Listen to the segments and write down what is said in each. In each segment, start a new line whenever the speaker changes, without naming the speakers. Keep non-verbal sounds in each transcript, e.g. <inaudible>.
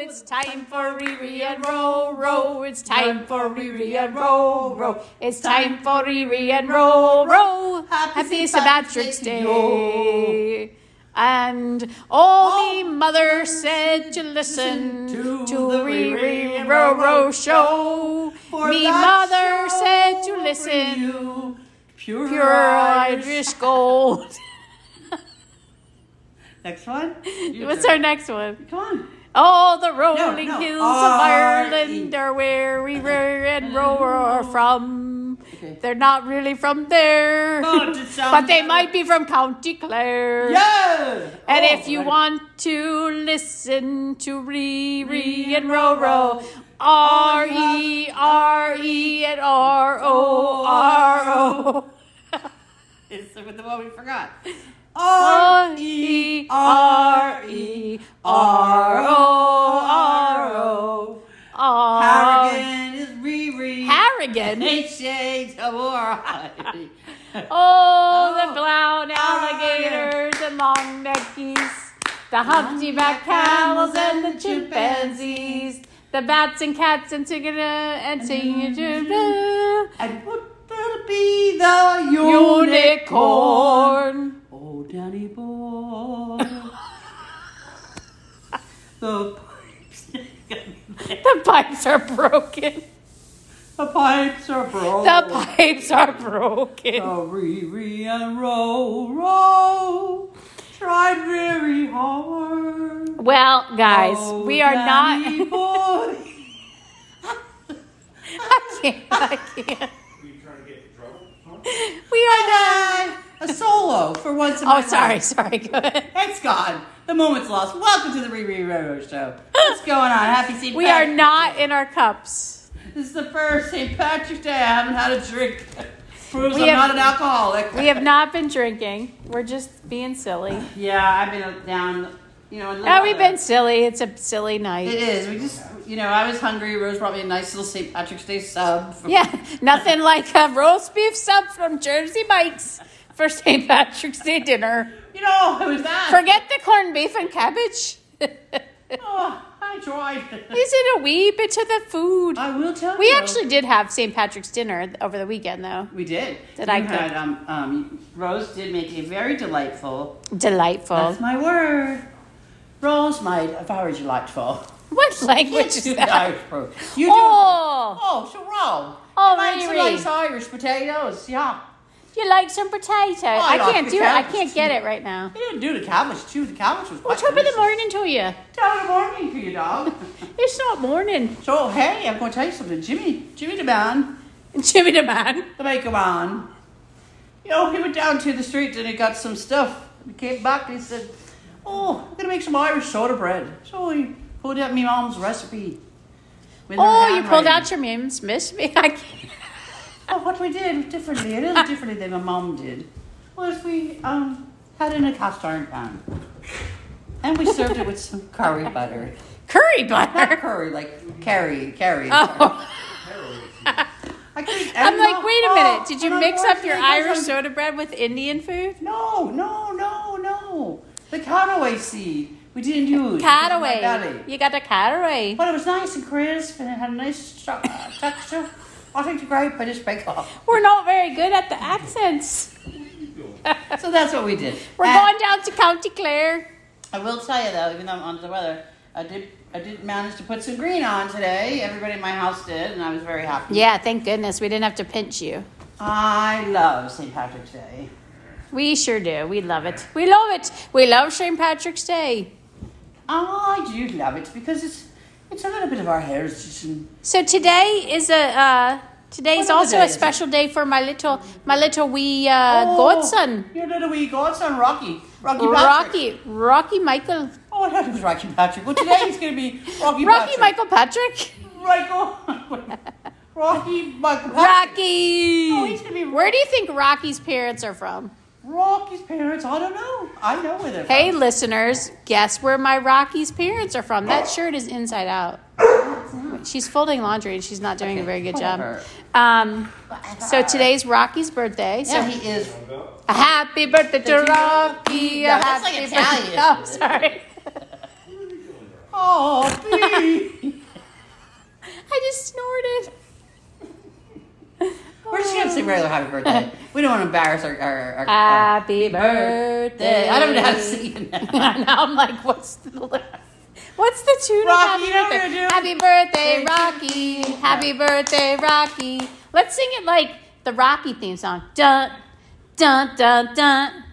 It's time for Riri and Row Row. It's time for Riri and Row Row. It's time for Riri and Row Row. Happy St. Patrick's Day. And all the mother said to listen
to
to
the
Riri
Riri
and
and
Row
Ro
Row
Ro
show.
For
Me
that
mother
show
said to
for
listen.
you, Pure,
Pure
Irish.
Irish gold.
Next one. <laughs> You
What's
do
our
it.
next one?
Come on.
All the rolling
no.
hills of
R E.
Ireland are where we rear and roar are from.
Okay. <laughs>
They're not really from there,
Oh, it just sounds
but they
like-
might be from County Clare.
Yeah.
And
Oh,
if you
right.
want to listen to Riri
Ree
and
and
Roro,
Roro.
R E R E and R O R O.
it's the the one we forgot.
R
R
E
E
R
R
E
E
R
R
O
O
R
R
O.
O.
R.
Harrigan is Riri.
Harrigan.
Eight shades of variety. <laughs>
Oh, the
Oh.
brown
Alligator.
alligators and long neck geese, the humpty-back camels and the chimpanzees, the bats and cats and tigger and tigger
and what will be the unicorn?
unicorn.
Oh, Danny
<laughs>
boy. the pipes. <laughs>
The pipes are broken.
the pipes are broken.
The pipes are broken.
So re and row, row. Tried very hard.
Well, guys,
Oh,
we are
Danny
not. <laughs>
Boy.
I can't. I can't.
Were you trying to get in trouble? Huh?
We are not.
a solo for once. In my
Oh,
life.
sorry, sorry. Go ahead.
It's gone. The moment's lost. Welcome to the Riri Row Show.
<laughs>
What's going on? Happy St.
We are
Patrick's
not in our cups.
This is the first St. Patrick's Day I haven't had a drink. <laughs> Proves
We
I'm
have-
not an alcoholic.
We have not been drinking. We're just being silly.
Yeah, I've been down. You know, in the
Have we
weather.
been silly? It's a silly
It
night.
is. We just, you know, I was hungry. Rose brought me a nice little St. Patrick's Day sub. From,
Yeah, nothing like a roast beef sub from Jersey Mike's for St. Patrick's Day dinner.
You know, it was that.
Forget the corned beef and cabbage. <laughs>
Oh, I tried. <laughs>
Isn't a wee bit of the food.
I will tell
We
you.
actually did have St. Patrick's dinner over the weekend, though.
We did.
Did
You
I cook?
had, um, um, Rose did make a very delightful.
Delightful.
That's my word. Rose made a
<laughs>
very delightful.
What language
<laughs> Which
is <laughs>
is
that?
Irish food. You do.
Oh.
oh, so roll.
Oh,
like some
really?
nice Irish potatoes. Yeah.
You like some potatoes? I,
Oh, I like
can't do it. I
potatoes.
can't get it right now.
You didn't do the cabbage too. The cabbage was.
What's
quite
up in the
delicious.
morning to you?
Top of the morning for
<laughs>
you, dog.
It's not morning.
so hey, I'm going to tell you something, Jimmy. Jimmy the man,
<laughs> Jimmy the man.
the baker man. You know, he went down to the street and he got some stuff. He came back and he said, "Oh, I'm going to make some Irish soda bread." So he pulled out my mom's recipe. with her
Oh, you pulled
handwriting.
out your memes, miss me. <laughs> I can't.
Oh, what we did differently, a little differently than my mom did, was we um, had it in a cast iron pan. And we served it with some
<laughs>
curry butter.
Curry <laughs>
Not
butter.
curry, like curry, curry.
Oh,
I couldn't-
I'm
and
like,
no-
wait a
oh,
minute. Did you
and
mix up your
unfortunately,
Irish
there's a-
soda bread with Indian food?
No, no, no, no. The caraway seed. We didn't use.
Caraway.
Caraway.
You got a caraway.
But it was nice and crisp and it had a nice stru- uh, texture. I'll take the grape, I just bake off.
We're not very good at the accents.
So that's what we did.
We're
And-
going down to County Clare.
I will tell you though, even though I'm under the weather, I did I did manage to put some green on today. Everybody in my house did, and I was very happy.
Yeah, thank goodness we didn't have to pinch you.
I love St. Patrick's Day.
We sure do. We love it. We love it. We love St. Patrick's Day.
I do love it because it's it's a little bit of our heritage. And
So today is a uh, today is
What other
also
day
a
is it?
special day for my little my little wee uh,
Oh,
godson
your little wee godson, Rocky, Rocky Patrick.
Rocky Rocky Michael
Oh, I thought it was Rocky Patrick. Well, today he's going to be Rocky.
Rocky
Patrick.
Michael Patrick
Michael. <laughs> Rocky Michael. Patrick.
Rocky.
No, he's gonna be-
Where do you think Rocky's parents are from?
Rocky's parents. I don't know. I know where they're
Hey listeners, guess where my Rocky's parents are from? That shirt is inside out. She's folding laundry and she's not doing a
Okay,
very good job.
whatever.
Um,
from.
so today's Rocky's birthday. So
Yeah, he is
Hung up?
A happy birthday to Rocky.
No,
a
that's
<laughs> happy
like Italian.
birthday- Oh, sorry.
Oh, regular happy <laughs> birthday. we don't want to embarrass our. our, our our-
Happy birthday.
I don't know how to sing it now.
<laughs> and now I'm like, what's the lyric? What's the tune
Rocky, you know
of
what
Happy
I'm
Birthday?
gonna do.
Happy birthday,
Say-
Rocky. Happy birthday, Rocky. Let's sing it like the Rocky theme song. Dun, dun, dun, dun.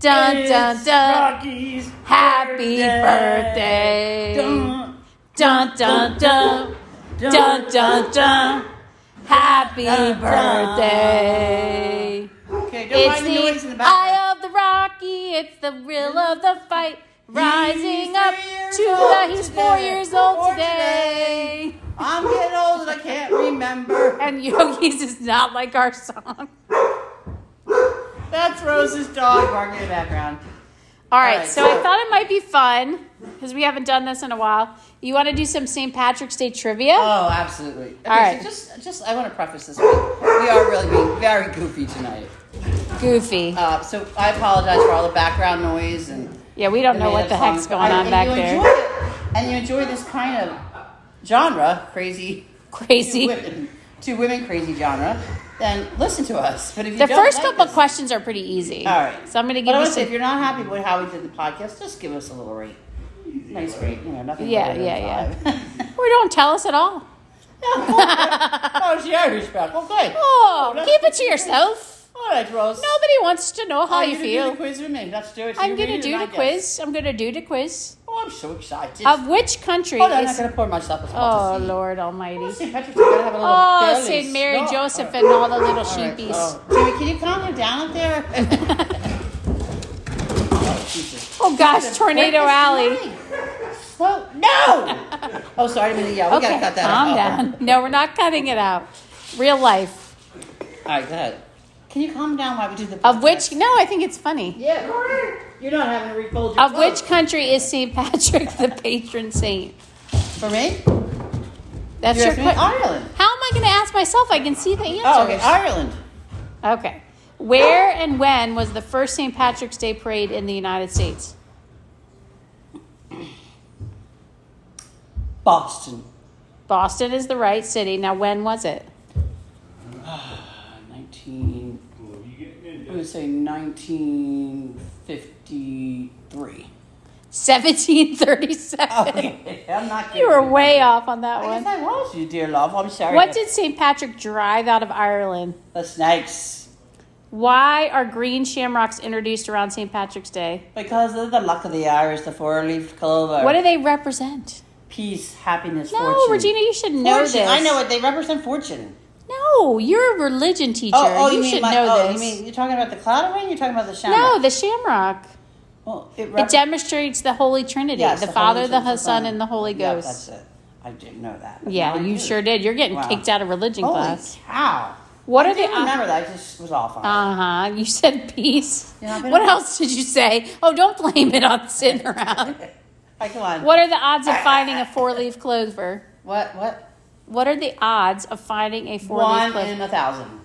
Dun, dun,
It's
dun.
Rocky's
Happy birthday.
Dun,
Dun, dun, dun.
dun,
Dun, dun, dun. Happy
Dun, dun.
birthday.
Okay, don't
It's
mind the noise in the
the
background.
eye of the Rocky. It's the thrill of the fight. Rising
He's
up
three years
to
old
the. He's four
today.
years old
Four
today.
I'm getting old and I can't remember.
And Yogi's is not like our song.
That's Rose's dog barking in the background.
All right,
right,
so
so-
I thought it might be fun because we haven't done this in a while. You want to do some St. Patrick's Day trivia?
Oh, absolutely. Okay,
All right.
So just, just I want to preface this. Week. We are really being very goofy tonight.
Goofy.
Uh, so I apologize for all the background noise and.
yeah, we don't know what the heck's going on back there.
there. And you enjoy this kind of genre, crazy,
Crazy.
two women, two women crazy genre. Then listen to us. But if you
The
don't
first
like
couple
this,
questions are pretty easy.
All right.
So I'm going to
But
give you
honestly,
some.
if you're not happy with how we did the podcast, just give us a little rate. Nice rate, you know, nothing.
Yeah,
better than
yeah,
five. <laughs>
Or don't tell us at all.
oh, it's your respect. Okay.
Oh,
that's
keep it
good
to
to hear.
yourself.
All right, Rose.
Nobody wants to know how
Oh,
you
you're gonna
feel.
Do the quiz with me. Let's do it. So
I'm
you
gonna
read it
do
and
the
I guess.
quiz. I'm gonna do the quiz.
Oh, I'm so excited.
Of which country
Hold on, I'm
is?
not gonna pour myself as well.
Oh Lord Almighty!
St. Patrick's Day, gotta have a little
Oh,
belly
Saint Mary,
stop.
Joseph, and all the little
All right,
sheepies.
oh. Jimmy, can you calm him down
<laughs>
up there? oh, Jesus.
Oh gosh, Tornado
Break this
Alley.
line. Slow.
<laughs>
No! oh, sorry, I'm gonna yell. We
Okay,
gotta cut that
calm
out.
down. No, we're not cutting it out. Real life.
Oh. All right, go ahead. Can you calm down while we do the
Of which? No, I think it's funny.
Yeah, you're not having to refold your
Of which country is Saint Patrick the patron saint?
For me?
That's
You're
your
asking me?
question.
Ireland.
How am I going to ask myself? I can see the answers.
Oh, okay, Ireland.
Okay. Where and when was the first St. Patrick's Day parade in the United States?
Boston.
Boston is the right city. Now, when was it?
Uh, 19. I'm going to say 1953.
1737.
Oh, Okay, I'm not
<laughs>
kidding.
You were way off on that
I guess
one.
I was, you dear love. I'm sorry.
What did St. Patrick drive out of Ireland?
The snakes.
Why are green shamrocks introduced around St. Patrick's Day?
Because of the luck of the Irish, the four leaf clover.
What do they represent?
Peace, happiness,
No,
fortune.
Regina, you should know
Fortune.
this.
I know it. They represent fortune.
No, you're a religion teacher.
Oh, oh, you, mean
should
my,
know
oh,
this.
You mean you're talking about the cloud ring? You're talking about the shaman?
no, the shamrock.
well, it,
It
rep-
demonstrates the Holy Trinity,
yes,
the,
Holy
Father,
Trinity,
the Son, and the Holy
Yeah,
Ghost.
that's it. I didn't know that. but
Yeah,
now I
you
do.
sure did. You're getting
Wow.
kicked out of religion
Holy
class.
cow.
What
I
are the
didn't remember that. I just was off on it.
Uh huh. You said peace.
Yeah, but
what
I-
else did you say? Oh, don't blame it on sitting around.
All right, come on.
what are the odds of finding a four leaf clover?
What? What?
What are the odds of finding a four leaf
One
clover?
in a thousand.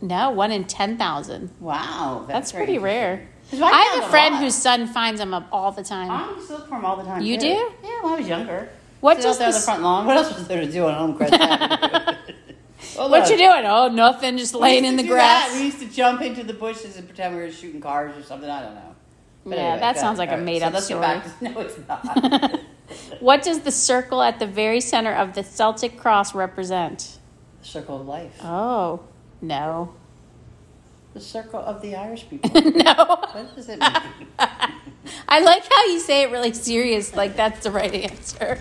no, one in 10,000.
Wow,
That's
very
pretty rare.
interesting. 'Cause
I have
found
a friend
lot.
whose son finds them up all the time.
I used to look for him all the time.
You
too.
do?
Yeah, when I was younger.
What
Sit
does
out there on the
this-
front lawn? <laughs> What else was there to do on home
<laughs>
grass?
what you doing? Oh, nothing. Just laying in the grass.
We used to jump into the bushes and pretend we were shooting cars or something. I don't know.
Yeah, that sounds like a made-up
so let's Get back <laughs> to, no, it's
<laughs>
not.
What does the circle at the very center of the Celtic cross represent?
the circle of life.
Oh, no. <laughs>
The circle of the Irish people.
no.
what does it
<laughs>
mean?
I like how you say it really serious, like that's the right answer.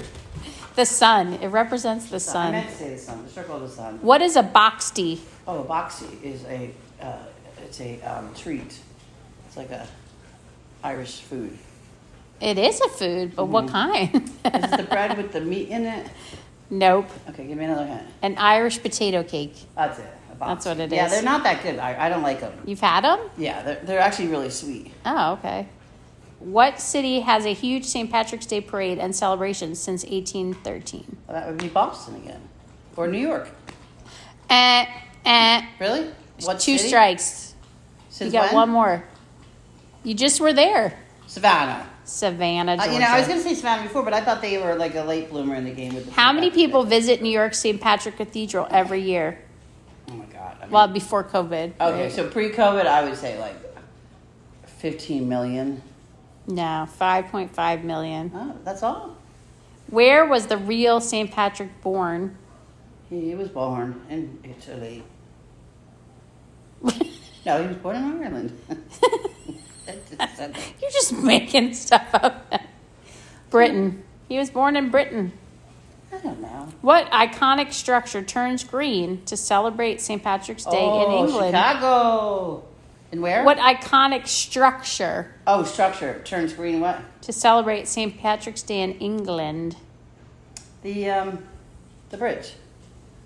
The sun. It represents the
I
sun.
meant to say the sun. The circle of the sun.
What is a boxty?
Oh, a boxy is a uh, it's a um, treat. It's like a Irish food.
It is a food, but what kind? <laughs>
Is it the bread with the meat in it?
nope.
Okay, give me another hint.
An Irish potato cake.
That's it. a box.
That's what it
yeah,
is.
they're not that good. I, I don't like them.
You've had them?
Yeah, they're, they're actually really sweet.
Oh, okay. What city has a huge St. Patrick's Day parade and celebrations since 1813?
Well, that would be Boston again, or New York.
Eh, eh.
Really?
Two
city?
strikes.
Since
you got
when?
one more. You just were there.
Savannah.
Savannah,
Uh,
Georgia.
you know, I was gonna say Savannah before, but I thought they were like a late bloomer in the game. With the
How many
St. Patrick's
people visit New York St. Patrick Cathedral every year?
Day. Oh my god. I mean-
Well, before COVID.
Oh, okay,
right?
so pre-COVID, I would say like fifteen million.
no, 5.5 million.
Oh, that's all.
Where was the real St. Patrick born? <laughs>
He was born in Italy. no, he was born in Ireland. <laughs> I just said that.
You're just making stuff up. Britain. He was born in Britain.
I don't know.
What iconic structure turns green to celebrate St. Patrick's Day in England?
Oh, Chicago. And where?
What iconic structure
Oh, structure turns green. What?
to celebrate St. Patrick's Day in England?
The um, the bridge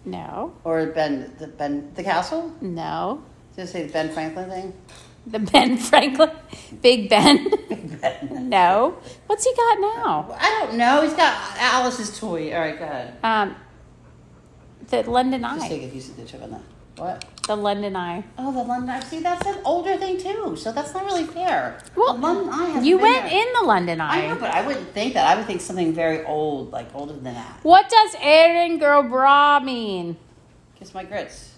No,
or Ben the Ben the castle?
no.
Did it say the Ben Franklin thing? <laughs>
The Ben Franklin, Big Ben. <laughs> no. What's he got now?
Well, I don't know. He's got Alice's toy. All right, go ahead.
Um, the London
Just
Eye.
take a piece of the chip on that. What?
The London Eye.
Oh, the London Eye. See, that's an older thing too. So that's not really fair.
Well,
the London Eye. hasn't
You
been
went
there.
in the London
I know,
Eye.
but I wouldn't think that. I would think something very old, like older than that.
What does Erin Girl Bra mean?
Kiss my grits.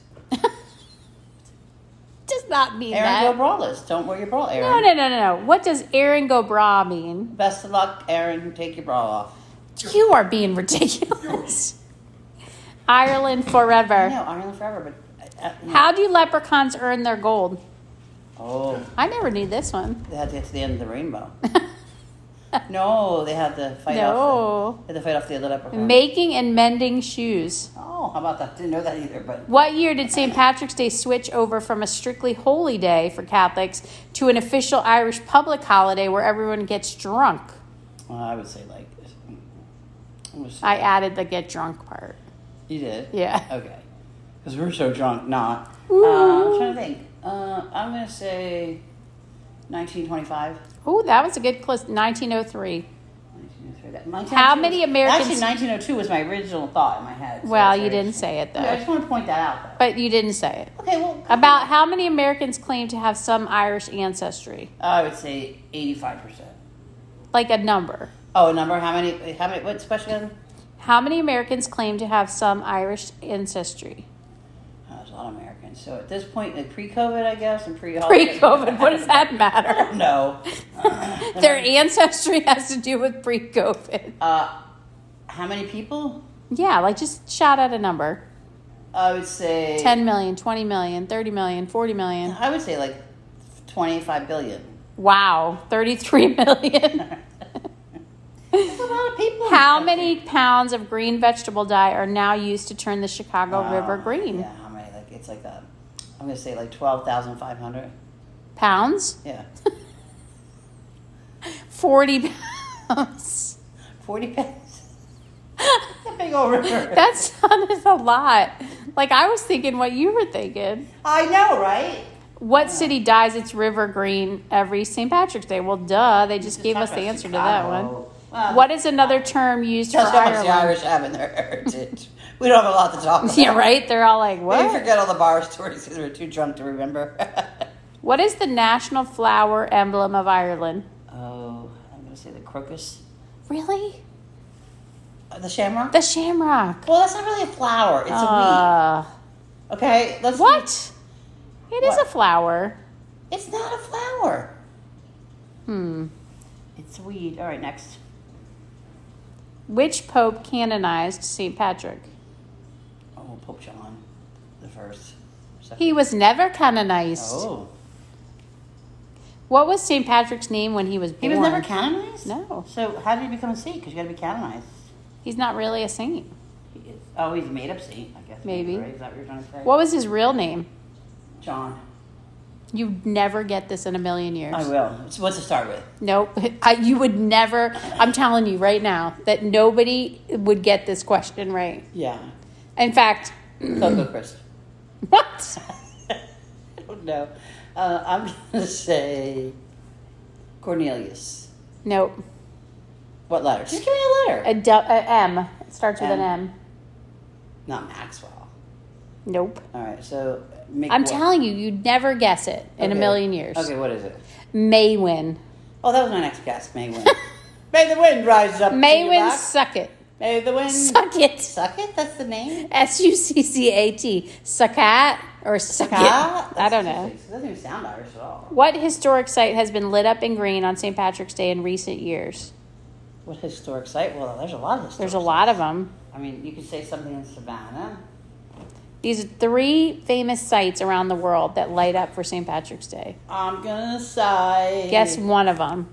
Does not mean
Aaron, go
that.
brawlers. Don't wear your bra, Aaron.
No, no, no, no, no. What does Erin Go Bra mean?
Best of luck, Aaron. Take your bra off.
You are being
<laughs>
ridiculous. Ireland forever.
No, Ireland forever, but. Uh, uh,
How do leprechauns earn their gold?
Oh,
I never knew this one.
they had to get to the end of
<laughs>
the rainbow. no, they had to fight off.
No.
The, they had to fight off the other leprechaun.
Making and mending shoes.
oh, how about that? Didn't know that either, but.
What year did St. Patrick's Day switch over from a strictly holy day for Catholics to an official Irish public holiday where everyone gets drunk?
Well, uh, I would say like. I was-
I added the get drunk part.
you did?
Yeah.
Okay. Because we were so drunk, not. Uh,
Ooh.
I'm trying to think. Uh, I'm going to say 1925.
Oh, that was a good close. 1903.
1903. That- 1902
How many Americans-
Actually, 1902 was my original thought in my head. so
Well,
it's
you
very
didn't say it
interesting. Yeah, I
though.
just want to point that out.
But you didn't say it.
Though. Okay, well,
About how many Americans claim to have some Irish ancestry?
I would say 85 percent.
Like a number.
Oh, a number? How many? How many? What special? Ed?
How many Americans claim to have some Irish ancestry?
Oh, there's a lot of Americans. So at this point, like pre-COVID, I guess, and pre
Pre COVID, what does that matter? <laughs>
No.
Their ancestry has to do with pre COVID.
Uh, how many people?
Yeah, like just shout out a number.
I would say
10 million, 20 million, 30 million, 40 million.
I would say like 25 billion. <laughs>
Wow, 33 <laughs> million.
That's a lot of people. in
How
this
many
country.
pounds of green vegetable dye are now used to turn the Chicago
Uh,
River green?
Yeah. How many? Like it's like a. I'm gonna say like 12,500.
Pounds? <laughs>
Yeah.
40 <laughs> pounds. <laughs>
40 pounds. That's a big old river.
That sounded a lot. Like I was thinking what you were thinking.
<laughs> I know, right?
What city dyes its river green every St. Patrick's Day? Well, duh, they just
Just
gave
talk
us the
about
answer to that one.
Chicago. Well,
What is another term used for
That's how much the
Ireland?
Irish have in their heritage. We don't have a lot to talk
<laughs>
about.
Yeah, right? They're all like, what?
They forget all the bar stories because we're too drunk to remember. <laughs>
What is the national flower emblem of Ireland?
oh, I'm going to say the crocus.
Really?
Uh, the shamrock?
The shamrock.
well, that's not really a flower. It's a
Uh,
weed. Okay, let's.
what? It is a
What?
flower.
It's not a flower.
Hmm.
It's a weed. All right, next.
Which pope canonized St. Patrick?
Oh, Pope John the first. Second.
He was never canonized.
Oh.
What was St. Patrick's name when he was born?
He was never canonized?
No.
So, how did he become a saint? Because you got to be canonized.
He's not really a saint.
He is. Oh, he's a made up saint, I guess.
Maybe.
Right? Is that what you're trying to say?
What was his real name?
John.
You'd never get this in a million years.
I will. So what's to start with?
Nope. <laughs> I, you would never. I'm telling you right now that nobody would get this question right.
Yeah.
In fact,
Cocoa Crisp.
what?
I don't know. Uh, I'm going to say Cornelius.
Nope.
What letter? Just give me a letter.
A, du- a M. It starts with an M.
Not Maxwell.
Nope.
All right, so. Make
I'm
what?
telling you, you'd never guess it in a
Okay.
million years.
Okay, what is it?
Maywin.
Oh, that was my next guess. May wind. May the wind rise up. to your
Maywin,
back.
suck it.
May the wind
Suck it.
suck it. That's the name.
S U C C A T. Suckat or suck
Ah,
it. I don't
that's-
know.
It doesn't even sound Irish at all.
What historic site has been lit up in green on St. Patrick's Day in recent years?
What historic site? Well, there's a lot of historic.
There's a lot of them.
I mean, you could say something in Savannah.
These are three famous sites around the world that light up for St. Patrick's Day.
I'm gonna say.
Guess one of them.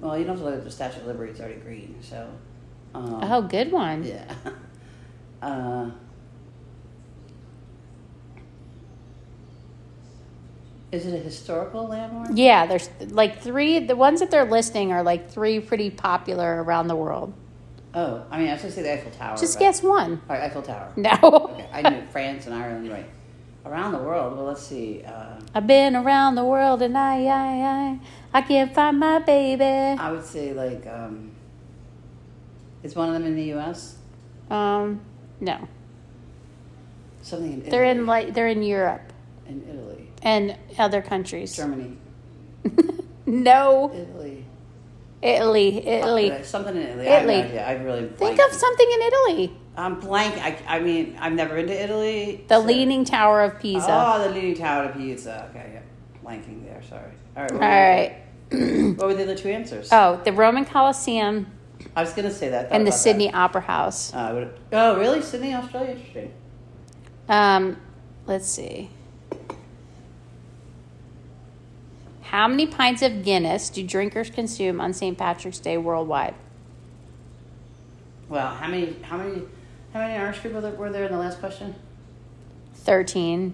Well, you don't have to look at the Statue of Liberty. It's already green, so. Um,
Oh, good one.
Yeah. <laughs> Uh, is it a historical landmark?
Yeah, there's like three. The ones that they're listing are like three pretty popular around the world.
Oh, I mean, I was gonna say the Eiffel Tower.
Just
but-
guess one. <laughs>
All right, Eiffel Tower.
No.
Okay, I knew France and Ireland, right? Around the world. Well, let's see. Uh,
I've been around the world and I, I, I, I can't find my baby.
I would say like, um, is one of them in the U.S.?
Um, no,
Something in Italy.
they're in like they're in Europe
in Italy,
and other countries.
Germany,
No,
Italy,
Italy, Italy.
Uh, something in Italy. I,
Italy.
have no idea. I really
Think
blank.
of something in Italy.
I'm blank. I, I mean, I've never been to Italy.
The
so-
Leaning Tower of Pisa.
Oh, the Leaning Tower of Pisa. Okay, yeah. Blanking there. Sorry. All right.
All
What
right.
Were, what were the other two answers?
Oh, the Roman Colosseum
I was gonna say that. thought
and the
about that.
Sydney Opera House.
Uh, I would- oh, really? Sydney, Australia. Interesting.
Um, let's see. How many pints of Guinness do drinkers consume on St. Patrick's Day worldwide?
Well, how many? How many? How many Irish people there, were there in the last question?
13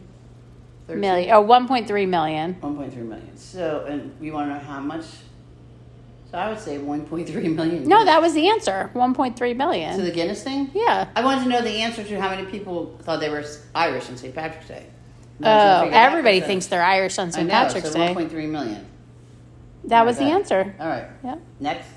Thirteen?
million. Oh, 1.3 million.
1.3 million. So, and you want to know how much? So I would say 1.3 million.
No, that was the answer 1.3
to
million.
the Guinness thing.
Yeah.
I wanted to know the answer to how many people thought they were Irish on St. Patrick's Day. And I was gonna
Oh,
figure that
everybody
percentage.
thinks they're Irish on
I
St.
know,
Patrick's
so
Day.
1.3 million.
That was the
Okay.
answer.
All right.
Yep.
Next.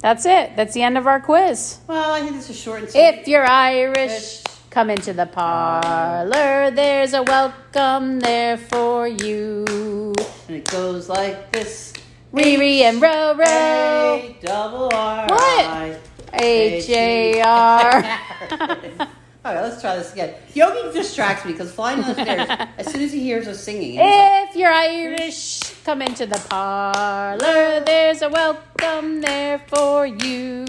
That's it. That's the end of our quiz.
Well, I think this is short and sweet.
If you're Irish, come into the parlor. There's a welcome there for you.
and it goes like this.
Riri and Ro Ro.
A double R.
What?
I-
H A R.
All right, let's try this again. Yogi distracts me because flying down the stairs
<laughs>
as soon as he hears us singing. he's
<laughs>
like,
If you're Irish, come into the parlor. There's a welcome there for you.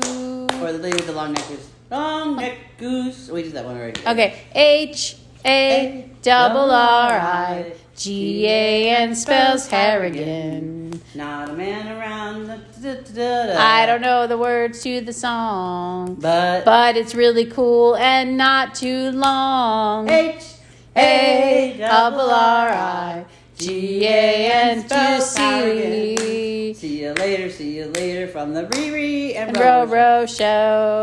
Or the lady with the long neck goose. Long neck goose. We did that one already.
Okay, H A double R I G A N spells Harrigan.
Not a man around. da- da- da- da-
I don't know the words to the song,
But.
but it's really cool and not too long.
H
A double R I G A N to C.
See you later. See you later from the Riri and,
And Row
Roro
Row Show.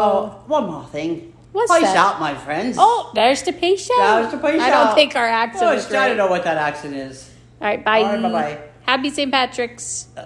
Oh, one more thing.
What's
Peace
that?
out, my friends.
Oh, there's the patient.
There's the patient.
I don't think our accent
Oh,
is
I
right.
don't
All
know what that accent is.
right, bye.
All right, bye-bye.
Happy St. Patrick's.
Uh,